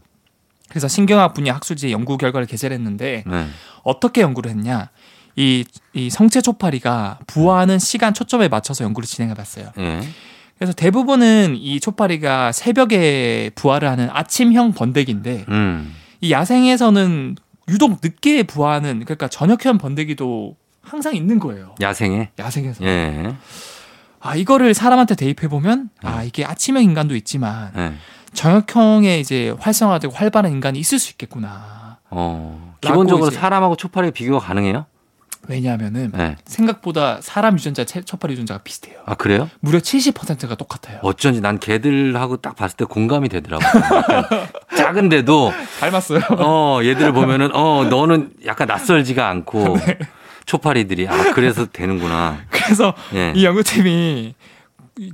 Speaker 2: 그래서 신경학 분야 학술지에 연구 결과를 게재를 했는데
Speaker 1: 네.
Speaker 2: 어떻게 연구를 했냐? 이, 이 성체 초파리가 부화하는 시간 초점에 맞춰서 연구를 진행해봤어요.
Speaker 1: 예.
Speaker 2: 그래서 대부분은 이 초파리가 새벽에 부화를 하는 아침형 번데기인데
Speaker 1: 음.
Speaker 2: 이 야생에서는 유독 늦게 부화하는 그러니까 저녁형 번데기도 항상 있는 거예요.
Speaker 1: 야생에.
Speaker 2: 야생에서.
Speaker 1: 예.
Speaker 2: 아 이거를 사람한테 대입해 보면 아 이게 아침형 인간도 있지만
Speaker 1: 예.
Speaker 2: 저녁형에 이제 활성화되고 활발한 인간이 있을 수 있겠구나.
Speaker 1: 어.
Speaker 2: 라고
Speaker 1: 기본적으로
Speaker 2: 이제-
Speaker 1: 사람하고 초파리 비교가 가능해요?
Speaker 2: 왜냐하면은
Speaker 1: 예.
Speaker 2: 생각보다 사람 유전자 체- 초파리 유전자가 비슷해요.
Speaker 1: 아 그래요?
Speaker 2: 무려 70%가 똑같아요.
Speaker 1: 어쩐지 난 걔들하고 딱 봤을 때 공감이 되더라고. 약간 작은데도
Speaker 2: 닮았어요.
Speaker 1: 어 얘들을 보면은 어 너는 약간 낯설지가 않고
Speaker 2: 네.
Speaker 1: 초파리들이 아 그래서 되는구나.
Speaker 2: 그래서
Speaker 1: 예.
Speaker 2: 이 연구팀이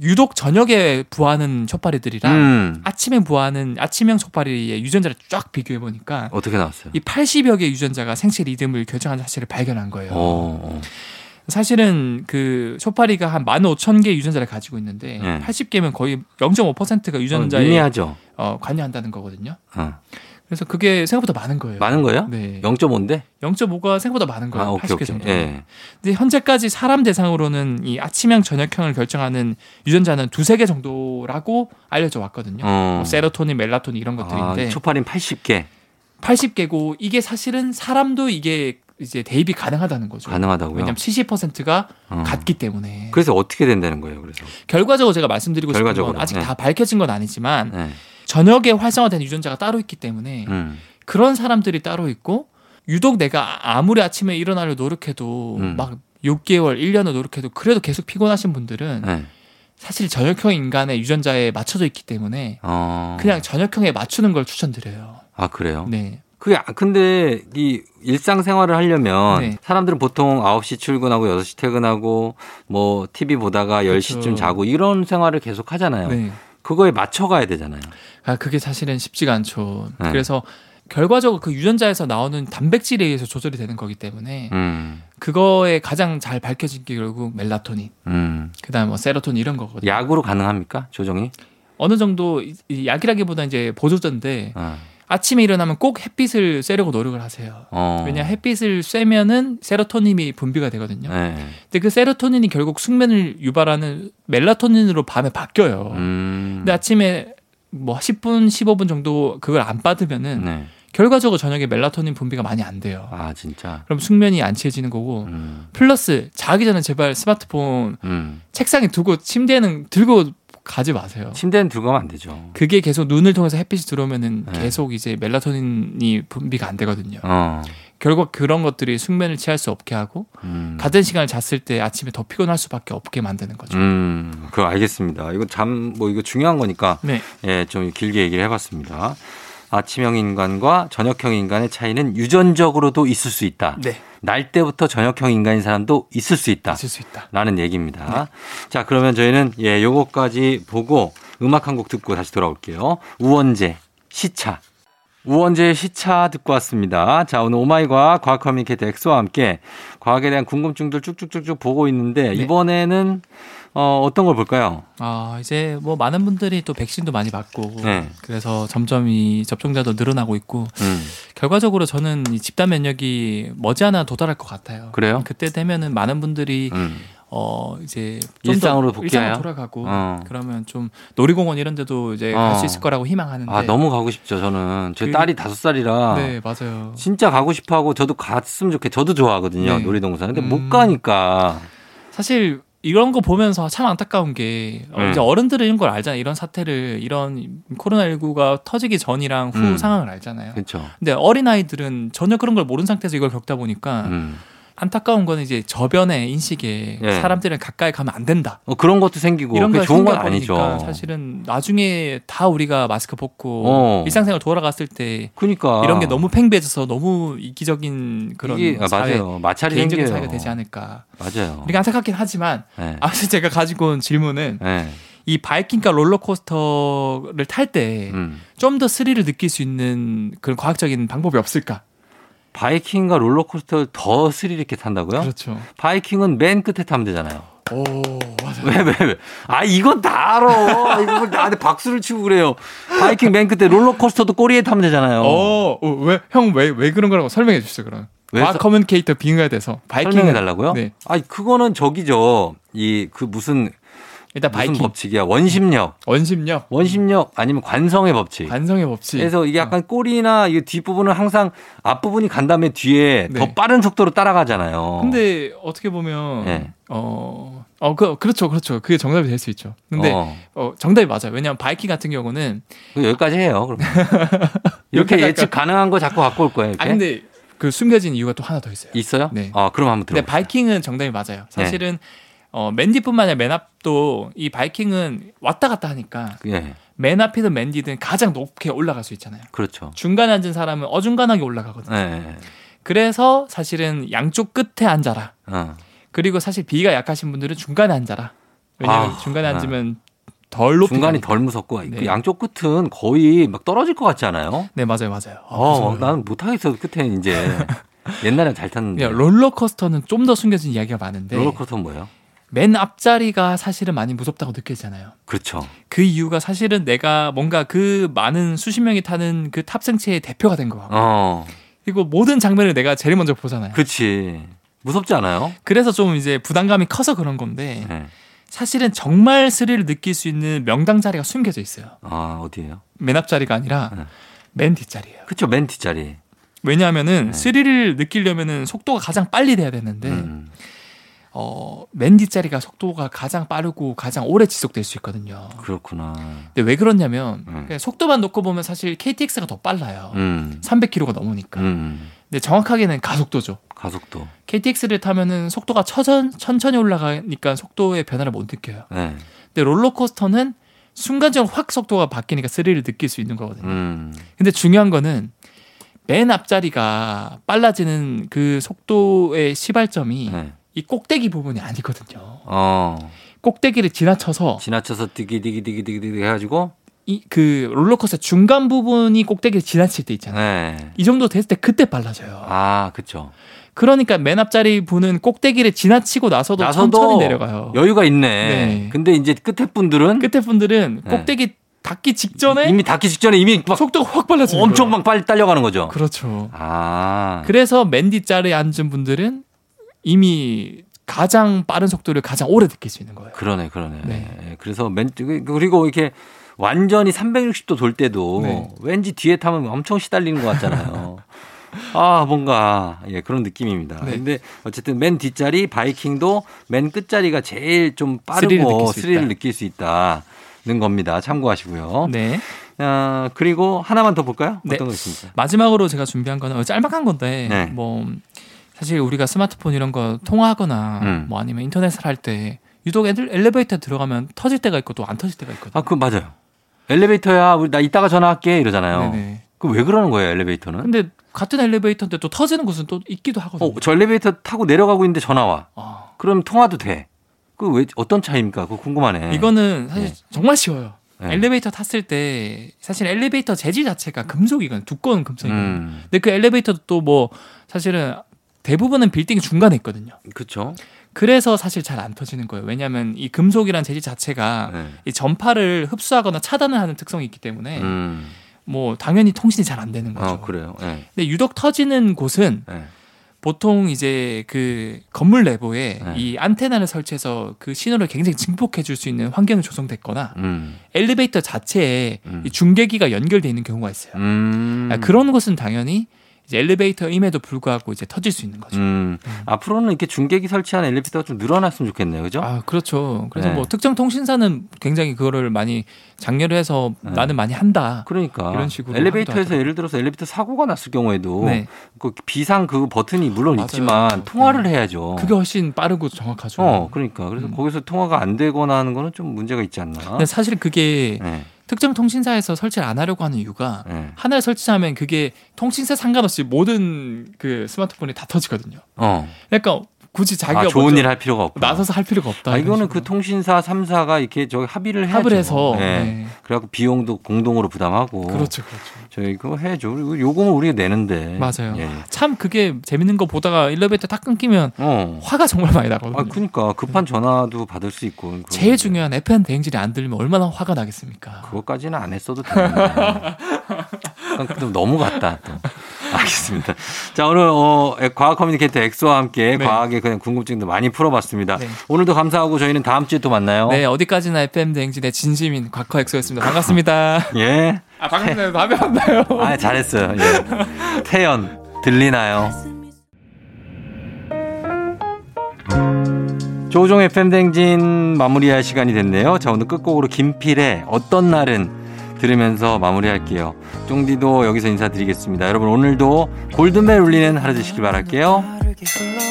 Speaker 2: 유독 저녁에 부하는 촛파리들이랑
Speaker 1: 음
Speaker 2: 아침에 부하는 아침형 촛파리의 유전자를 쫙 비교해 보니까
Speaker 1: 어떻게 나왔어요?
Speaker 2: 이 80여 개의 유전자가 생체 리듬을 결정하는 사실을 발견한 거예요.
Speaker 1: 어, 어.
Speaker 2: 사실은 그 촛파리가 한 15,000개의 유전자를 가지고 있는데
Speaker 1: 네.
Speaker 2: 80개면 거의 0.5%가
Speaker 1: 어,
Speaker 2: 유전자에
Speaker 1: 미미하죠.
Speaker 2: 어, 관여한다는 거거든요.
Speaker 1: 어.
Speaker 2: 그래서 그게 생각보다 많은 거예요.
Speaker 1: 많은 거예요?
Speaker 2: 네.
Speaker 1: 0.5인데?
Speaker 2: 0.5가 생각보다 많은 거예요.
Speaker 1: 아 오케이
Speaker 2: 80개
Speaker 1: 오케이.
Speaker 2: 정도.
Speaker 1: 예.
Speaker 2: 근데 현재까지 사람 대상으로는 이 아침형 저녁형을 결정하는 유전자는 두세 개 정도라고 알려져 왔거든요.
Speaker 1: 어.
Speaker 2: 뭐 세로토닌, 멜라토닌 이런 것들인데 그렇죠.
Speaker 1: 아, 초파린 80개
Speaker 2: 80개고 이게 사실은 사람도 이게 이제 대입이 가능하다는 거죠.
Speaker 1: 가능하다고요.
Speaker 2: 왜냐하면 70%가
Speaker 1: 어.
Speaker 2: 같기 때문에
Speaker 1: 그래서 어떻게 된다는 거예요? 그래서
Speaker 2: 결과적으로 제가 말씀드리고 싶은
Speaker 1: 결과적으로,
Speaker 2: 건 아직
Speaker 1: 네.
Speaker 2: 다 밝혀진 건 아니지만
Speaker 1: 네.
Speaker 2: 저녁에 활성화된 유전자가 따로 있기 때문에
Speaker 1: 음.
Speaker 2: 그런 사람들이 따로 있고 유독 내가 아무리 아침에 일어나려 노력해도
Speaker 1: 음.
Speaker 2: 막 6개월, 1년을 노력해도 그래도 계속 피곤하신 분들은
Speaker 1: 네.
Speaker 2: 사실 저녁형 인간의 유전자에 맞춰져 있기 때문에
Speaker 1: 어.
Speaker 2: 그냥 저녁형에 맞추는 걸 추천드려요.
Speaker 1: 아 그래요?
Speaker 2: 네.
Speaker 1: 그게 아- 근데 이 일상생활을 하려면
Speaker 2: 네.
Speaker 1: 사람들은 보통 9시 출근하고 6시 퇴근하고 뭐 TV 보다가 10시쯤
Speaker 2: 그쵸.
Speaker 1: 자고 이런 생활을 계속 하잖아요.
Speaker 2: 그렇죠. 네.
Speaker 1: 그거에 맞춰 가야 되잖아요.
Speaker 2: 아, 그게 사실은 쉽지가 않죠.
Speaker 1: 네.
Speaker 2: 그래서 결과적으로 그 유전자에서 나오는 단백질에 의해서 조절이 되는 거기 때문에
Speaker 1: 음.
Speaker 2: 그거에 가장 잘 밝혀진 게 결국 멜라토닌,
Speaker 1: 음.
Speaker 2: 그다음 뭐 세로토닌 이런 거거든요.
Speaker 1: 약으로 가능합니까? 조정이?
Speaker 2: 어느 정도 이- 이 약이라기보다 이제 보조제인데
Speaker 1: 어.
Speaker 2: 아침에 일어나면 꼭 햇빛을 쐬려고 노력을 하세요.
Speaker 1: 어.
Speaker 2: 왜냐 햇빛을 쐬면은 세로토닌이 분비가 되거든요.
Speaker 1: 네.
Speaker 2: 근데 그 세로토닌이 결국 숙면을 유발하는 멜라토닌으로 밤에 바뀌어요.
Speaker 1: 음.
Speaker 2: 근데 아침에 뭐 10분, 15분 정도 그걸 안 받으면은
Speaker 1: 네.
Speaker 2: 결과적으로 저녁에 멜라토닌 분비가 많이 안 돼요.
Speaker 1: 아 진짜.
Speaker 2: 그럼 숙면이 안 취해지는 거고
Speaker 1: 음.
Speaker 2: 플러스 자기 전에 제발 스마트폰
Speaker 1: 음.
Speaker 2: 책상에 두고 침대에는 들고 가지 마세요.
Speaker 1: 침대는 들고 가면 안 되죠.
Speaker 2: 그게 계속 눈을 통해서 햇빛이 들어오면은
Speaker 1: 네.
Speaker 2: 계속 이제 멜라토닌이 분비가 안 되거든요.
Speaker 1: 어.
Speaker 2: 결국 그런 것들이 숙면을 취할 수 없게 하고
Speaker 1: 음.
Speaker 2: 같은 시간을 잤을 때 아침에 더 피곤할 수밖에 없게 만드는 거죠.
Speaker 1: 음, 그 알겠습니다. 이거 잠 뭐 이거 중요한 거니까
Speaker 2: 네.
Speaker 1: 예, 좀 길게 얘기를 해봤습니다. 아침형 인간과 저녁형 인간의 차이는 유전적으로도 있을 수 있다.
Speaker 2: 네.
Speaker 1: 날 때부터 저녁형 인간인 사람도 있을 수 있다.
Speaker 2: 있을 수 있다.
Speaker 1: 라는 얘기입니다. 자, 그러면 저희는 예, 요거까지 보고 음악 한 곡 듣고 다시 돌아올게요. 우원재 시차. 우원재의 시차 듣고 왔습니다. 자, 오늘 오마이과 과학 커뮤니케이터 엑소와 함께 과학에 대한 궁금증들 쭉쭉쭉쭉 보고 있는데 이번에는 어, 어떤 걸 볼까요?
Speaker 2: 아, 이제 뭐 많은 분들이 또 백신도 많이 맞고
Speaker 1: 네.
Speaker 2: 그래서 점점 이 접종자도 늘어나고 있고
Speaker 1: 음.
Speaker 2: 결과적으로 저는 이 집단 면역이 머지않아 도달할 것 같아요.
Speaker 1: 그래요?
Speaker 2: 그때 되면은 많은 분들이
Speaker 1: 음.
Speaker 2: 어 이제 좀
Speaker 1: 일상으로
Speaker 2: 더
Speaker 1: 복귀해요?
Speaker 2: 일상으로 돌아가고
Speaker 1: 어.
Speaker 2: 그러면 좀 놀이공원 이런 데도 이제 갈
Speaker 1: 어.
Speaker 2: 수 있을 거라고 희망하는데
Speaker 1: 아 너무 가고 싶죠 저는 제
Speaker 2: 그-
Speaker 1: 딸이 다섯 살이라
Speaker 2: 네 맞아요.
Speaker 1: 진짜 가고 싶어하고 저도 갔으면 좋겠 저도 좋아하거든요
Speaker 2: 네.
Speaker 1: 놀이동산 근데
Speaker 2: 음.
Speaker 1: 못 가니까
Speaker 2: 사실 이런 거 보면서 참 안타까운 게 어,
Speaker 1: 음.
Speaker 2: 이제 어른들은 이런 걸 알잖아요. 이런 사태를 이런 코로나19가 터지기 전이랑 후
Speaker 1: 음.
Speaker 2: 상황을 알잖아요.
Speaker 1: 그렇죠
Speaker 2: 근데 어린 아이들은 전혀 그런 걸 모르는 상태에서 이걸 겪다 보니까
Speaker 1: 음.
Speaker 2: 안타까운 거는 이제 저변의 인식에
Speaker 1: 예.
Speaker 2: 사람들이랑 가까이 가면 안 된다.
Speaker 1: 어, 그런 것도 생기고
Speaker 2: 이런
Speaker 1: 그게
Speaker 2: 걸
Speaker 1: 좋은 건
Speaker 2: 생각해
Speaker 1: 아니죠
Speaker 2: 보니까 사실은 나중에 다 우리가 마스크 벗고
Speaker 1: 어.
Speaker 2: 일상생활 돌아갔을 때
Speaker 1: 그러니까
Speaker 2: 이런 게 너무 팽배해져서 너무 이기적인 그런
Speaker 1: 이게- 아,
Speaker 2: 사회,
Speaker 1: 맞아요 마찰이
Speaker 2: 개인적인
Speaker 1: 생겨요
Speaker 2: 사회가 되지 않을까.
Speaker 1: 맞아요
Speaker 2: 우리가 안타깝긴 하지만
Speaker 1: 네.
Speaker 2: 아무튼 제가 가지고 온 질문은
Speaker 1: 네.
Speaker 2: 이 바이킹과 롤러코스터를 탈 때 좀 더
Speaker 1: 음.
Speaker 2: 스릴을 느낄 수 있는 그런 과학적인 방법이 없을까?
Speaker 1: 바이킹과 롤러코스터를 더 스릴 있게 탄다고요?
Speaker 2: 그렇죠.
Speaker 1: 바이킹은 맨 끝에 타면 되잖아요.
Speaker 2: 오 맞아.
Speaker 1: 왜, 왜, 왜? 아, 이건 다 알아. 이걸 나한테 박수를 치고 그래요. 바이킹 맨 끝에 롤러코스터도 꼬리에 타면 되잖아요.
Speaker 2: 어, 어왜형 왜 왜 그런 거라고 설명해 주시죠 그럼.
Speaker 1: 왜
Speaker 2: 과학
Speaker 1: 서-
Speaker 2: 커뮤니케이터 빙의가 돼서 바이킹
Speaker 1: 설명해 달라고요?
Speaker 2: 네.
Speaker 1: 아니 그거는 저기죠. 이 그 무슨
Speaker 2: 일단
Speaker 1: 무슨
Speaker 2: 바이킹
Speaker 1: 법칙이야? 원심력,
Speaker 2: 원심력
Speaker 1: 원심력 아니면 관성의 법칙.
Speaker 2: 관성의 법칙.
Speaker 1: 네. 그래서 이게 약간 꼬리나 이 뒷부분은 항상 앞부분이 간 다음에 뒤에
Speaker 2: 네.
Speaker 1: 더 빠른 속도로 따라가잖아요.
Speaker 2: 근데 어떻게 보면
Speaker 1: 네.
Speaker 2: 어, 어, 그, 그렇죠, 그렇죠. 그게 정답이 될 수 있죠. 근데 어.
Speaker 1: 어,
Speaker 2: 정답이 맞아요. 왜냐하면 바이킹 같은 경우는
Speaker 1: 그럼 여기까지 해요. 그럼 이렇게
Speaker 2: 여기까지
Speaker 1: 예측 가능한 거 자꾸 갖고 올 거예요. 이렇게
Speaker 2: 아 근데 그 숨겨진 이유가 또 하나 더 있어요.
Speaker 1: 있어요?
Speaker 2: 네.
Speaker 1: 아 그럼 한번 들어.
Speaker 2: 근데
Speaker 1: 요
Speaker 2: 바이킹은 정답이 맞아요.
Speaker 1: 네.
Speaker 2: 사실은 어, 맨 뒤뿐만 아니라 맨 앞도 이 바이킹은 왔다 갔다 하니까
Speaker 1: 예,
Speaker 2: 맨 앞이든 맨 뒤든 가장 높게 올라갈 수 있잖아요.
Speaker 1: 그렇죠.
Speaker 2: 중간에 앉은 사람은 어중간하게 올라가거든요.
Speaker 1: 예, 예.
Speaker 2: 그래서 사실은 양쪽 끝에 앉아라.
Speaker 1: 어.
Speaker 2: 그리고 사실 비가 약하신 분들은 중간에 앉아라. 왜냐면
Speaker 1: 아,
Speaker 2: 중간에
Speaker 1: 네.
Speaker 2: 앉으면 덜 높이
Speaker 1: 중간이
Speaker 2: 가니까.
Speaker 1: 덜 무섭고
Speaker 2: 네.
Speaker 1: 그 양쪽 끝은 거의 막 떨어질 것 같지 않아요?
Speaker 2: 네 맞아요 맞아요. 아,
Speaker 1: 어,
Speaker 2: 무서워요.
Speaker 1: 나는 못하겠어 끝에 이제 옛날엔 잘 탔는데 네.
Speaker 2: 그냥 롤러코스터는 좀 더 숨겨진 이야기가 많은데
Speaker 1: 롤러코스터 는 뭐예요?
Speaker 2: 맨 앞자리가 사실은 많이 무섭다고 느껴지잖아요.
Speaker 1: 그렇죠.
Speaker 2: 그 이유가 사실은 내가 뭔가 그 많은 수십 명이 타는 그 탑승체의 대표가 된 거야.
Speaker 1: 어,
Speaker 2: 그리고 모든 장면을 내가 제일 먼저 보잖아요.
Speaker 1: 그렇지. 무섭지 않아요?
Speaker 2: 그래서 좀 이제 부담감이 커서 그런 건데
Speaker 1: 네.
Speaker 2: 사실은 정말 스릴을 느낄 수 있는 명당 자리가 숨겨져 있어요.
Speaker 1: 아 어디예요?
Speaker 2: 맨 앞 자리가 아니라
Speaker 1: 네.
Speaker 2: 맨 뒷자리예요.
Speaker 1: 그렇죠. 맨 뒷자리.
Speaker 2: 왜냐하면은
Speaker 1: 네.
Speaker 2: 스릴을 느끼려면은 속도가 가장 빨리 돼야 되는데
Speaker 1: 음.
Speaker 2: 어, 맨 뒷자리가 속도가 가장 빠르고 가장 오래 지속될 수 있거든요.
Speaker 1: 그렇구나.
Speaker 2: 근데 왜 그러냐면
Speaker 1: 음.
Speaker 2: 그냥 속도만 놓고 보면 사실 KTX가 더 빨라요.
Speaker 1: 음.
Speaker 2: 300km가 넘으니까.
Speaker 1: 음.
Speaker 2: 근데 정확하게는 가속도죠.
Speaker 1: 가속도.
Speaker 2: KTX를 타면은 속도가 처전, 천천히 올라가니까 속도의 변화를 못 느껴요.
Speaker 1: 네.
Speaker 2: 근데 롤러코스터는 순간적으로 확 속도가 바뀌니까 스릴을 느낄 수 있는 거거든요.
Speaker 1: 음.
Speaker 2: 근데 중요한 거는 맨 앞자리가 빨라지는 그 속도의 시발점이
Speaker 1: 네.
Speaker 2: 이 꼭대기 부분이 아니거든요.
Speaker 1: 어.
Speaker 2: 꼭대기를 지나쳐서
Speaker 1: 지나쳐서 뛰기 뛰기 뛰기 뛰기 뛰기 해가지고.
Speaker 2: 이 그 롤러코스터 중간 부분이 꼭대기를 지나칠 때 있잖아요.
Speaker 1: 네.
Speaker 2: 이 정도 됐을 때 그때 빨라져요.
Speaker 1: 아 그렇죠.
Speaker 2: 그러니까 맨 앞자리 분은 꼭대기를 지나치고 나서도,
Speaker 1: 나서도
Speaker 2: 천천히 내려가요.
Speaker 1: 여유가 어. 있네.
Speaker 2: 네.
Speaker 1: 근데 이제 끝에 분들은
Speaker 2: 끝에 분들은
Speaker 1: 네.
Speaker 2: 꼭대기 닿기 직전에
Speaker 1: 이미 닿기 직전에 이미 막
Speaker 2: 속도가 확 빨라지는
Speaker 1: 엄청
Speaker 2: 거예요.
Speaker 1: 막 빨리 딸려가는 거죠.
Speaker 2: 그렇죠.
Speaker 1: 아.
Speaker 2: 그래서 맨 뒷자리에 앉은 분들은 이미 가장 빠른 속도를 가장 오래 느낄 수 있는 거예요.
Speaker 1: 그러네, 그러네.
Speaker 2: 네.
Speaker 1: 그래서 맨 그리고 이렇게 완전히 360도 돌 때도
Speaker 2: 네.
Speaker 1: 왠지 뒤에 타면 엄청 시달리는 것 같잖아요. 아, 뭔가, 예, 그런 느낌입니다.
Speaker 2: 네.
Speaker 1: 근데 어쨌든 맨 뒷자리, 바이킹도 맨 끝자리가 제일 좀
Speaker 2: 스릴을 느낄
Speaker 1: 빠르고
Speaker 2: 수 있다.
Speaker 1: 스릴을 느낄 수 있다는 겁니다. 참고하시고요.
Speaker 2: 네.
Speaker 1: 아, 그리고 하나만 더 볼까요?
Speaker 2: 네.
Speaker 1: 어떤 거 있습니까?
Speaker 2: 마지막으로 제가 준비한 거는 어, 짤막한 건데
Speaker 1: 네.
Speaker 2: 뭐 사실 우리가 스마트폰 이런 거 통화하거나
Speaker 1: 음.
Speaker 2: 뭐 아니면 인터넷을 할 때 유독 애들 엘리베이터 들어가면 터질 때가 있고 또 안 터질 때가 있거든요.
Speaker 1: 아, 그 맞아요. 엘리베이터야, 우리 나 이따가 전화할게 이러잖아요.
Speaker 2: 네네.
Speaker 1: 그 왜 그러는 거예요, 엘리베이터는?
Speaker 2: 근데 같은 엘리베이터인데 또 터지는 곳은 또 있기도 하거든요.
Speaker 1: 어, 저 엘리베이터 타고 내려가고 있는데 전화 와.
Speaker 2: 아,
Speaker 1: 그럼 통화도 돼. 그 왜 어떤 차이입니까? 그거 궁금하네.
Speaker 2: 이거는 사실
Speaker 1: 네.
Speaker 2: 정말 쉬워요.
Speaker 1: 네.
Speaker 2: 엘리베이터 탔을 때 사실 엘리베이터 재질 자체가 금속이거든요. 두꺼운 금속이거든요.
Speaker 1: 음.
Speaker 2: 근데 그 엘리베이터도 또 뭐 사실은 대부분은 빌딩 중간에 있거든요.
Speaker 1: 그렇죠.
Speaker 2: 그래서 사실 잘 안 터지는 거예요. 왜냐하면 이 금속이란 재질 자체가
Speaker 1: 네.
Speaker 2: 이 전파를 흡수하거나 차단을 하는 특성이 있기 때문에
Speaker 1: 음.
Speaker 2: 뭐 당연히 통신이 잘 안 되는 거죠.
Speaker 1: 아, 그래요. 네.
Speaker 2: 근데 유독 터지는 곳은
Speaker 1: 네.
Speaker 2: 보통 이제 그 건물 내부에
Speaker 1: 네.
Speaker 2: 이 안테나를 설치해서 그 신호를 굉장히 증폭해 줄 수 있는 환경이 조성됐거나
Speaker 1: 음.
Speaker 2: 엘리베이터 자체에
Speaker 1: 음.
Speaker 2: 이 중계기가 연결돼 있는 경우가 있어요.
Speaker 1: 음.
Speaker 2: 아, 그런 곳은 당연히 이제 엘리베이터임에도 불구하고 이제 터질 수 있는 거죠.
Speaker 1: 음. 앞으로는 이렇게 중계기 설치한 엘리베이터가 좀 늘어났으면 좋겠네요. 그죠?
Speaker 2: 아 그렇죠. 그래서
Speaker 1: 네.
Speaker 2: 뭐 특정 통신사는 굉장히 그거를 많이 장려를 해서
Speaker 1: 네.
Speaker 2: 나는 많이 한다.
Speaker 1: 그러니까
Speaker 2: 이런 식으로 하기도
Speaker 1: 엘리베이터에서
Speaker 2: 하더라고요.
Speaker 1: 예를 들어서 엘리베이터 사고가 났을 경우에도
Speaker 2: 네.
Speaker 1: 그 비상 그 버튼이 물론
Speaker 2: 맞아요. 음.
Speaker 1: 있지만 통화를 해야죠.
Speaker 2: 그게 훨씬 빠르고 정확하죠.
Speaker 1: 어, 그러니까 그래서
Speaker 2: 음.
Speaker 1: 거기서 통화가 안 되거나 하는 거는 좀 문제가 있지 않나.
Speaker 2: 근데 사실 그게
Speaker 1: 네.
Speaker 2: 특정 통신사에서 설치를 안 하려고 하는 이유가
Speaker 1: 네.
Speaker 2: 하나를 설치하면 그게 통신사 상관없이 모든 그 스마트폰이 다 터지거든요.
Speaker 1: 어.
Speaker 2: 그러니까 굳이 자기가
Speaker 1: 아, 좋은
Speaker 2: 먼저
Speaker 1: 일 할 필요가 없고.
Speaker 2: 나서서 할 필요가 없다.
Speaker 1: 아,
Speaker 2: 이런
Speaker 1: 이거는
Speaker 2: 식으로.
Speaker 1: 그 통신사 삼사가 이렇게 저기 합의를 해야죠.
Speaker 2: 합을 해서
Speaker 1: 예.
Speaker 2: 네.
Speaker 1: 그래갖고 비용도 공동으로 부담하고.
Speaker 2: 그렇죠, 그렇죠.
Speaker 1: 저희 그거 해야죠. 그리고 요금을 우리가 내는데.
Speaker 2: 맞아요.
Speaker 1: 예.
Speaker 2: 참 그게 재밌는 거 보다가 엘리베이터 딱 끊기면
Speaker 1: 어.
Speaker 2: 화가 정말 많이 나거든요.
Speaker 1: 아, 그니까 급한 전화도 받을 수 있고. 그런
Speaker 2: 음. 제일
Speaker 1: 건데.
Speaker 2: 중요한 FM 대행질이 안 들리면 얼마나 화가 나겠습니까?
Speaker 1: 그것까지는 안 했어도 됩니다. 약간 좀 너무 갔다. 또. 알겠습니다. 자 오늘 어, 과학 커뮤니케이터 엑소와 함께
Speaker 2: 네.
Speaker 1: 과학에 그냥 궁금증도 많이 풀어봤습니다.
Speaker 2: 네.
Speaker 1: 오늘도 감사하고 저희는 다음 주에 또 만나요.
Speaker 2: 네, 어디까지나 FM 대행진의 진심인 과커 엑소였습니다. 반갑습니다.
Speaker 1: 예.
Speaker 2: 아, 반갑습니다. 다음에 만나요.
Speaker 1: 아 잘했어요. 예. 태연 들리나요? 조종 FM 댕진 마무리할 시간이 됐네요. 자 오늘 끝곡으로 김필의 어떤 날은 들으면서 마무리할게요. 쫑디도 여기서 인사드리겠습니다. 여러분 오늘도 골든벨 울리는 하루 되시길 바랄게요.
Speaker 3: 다르게 흘러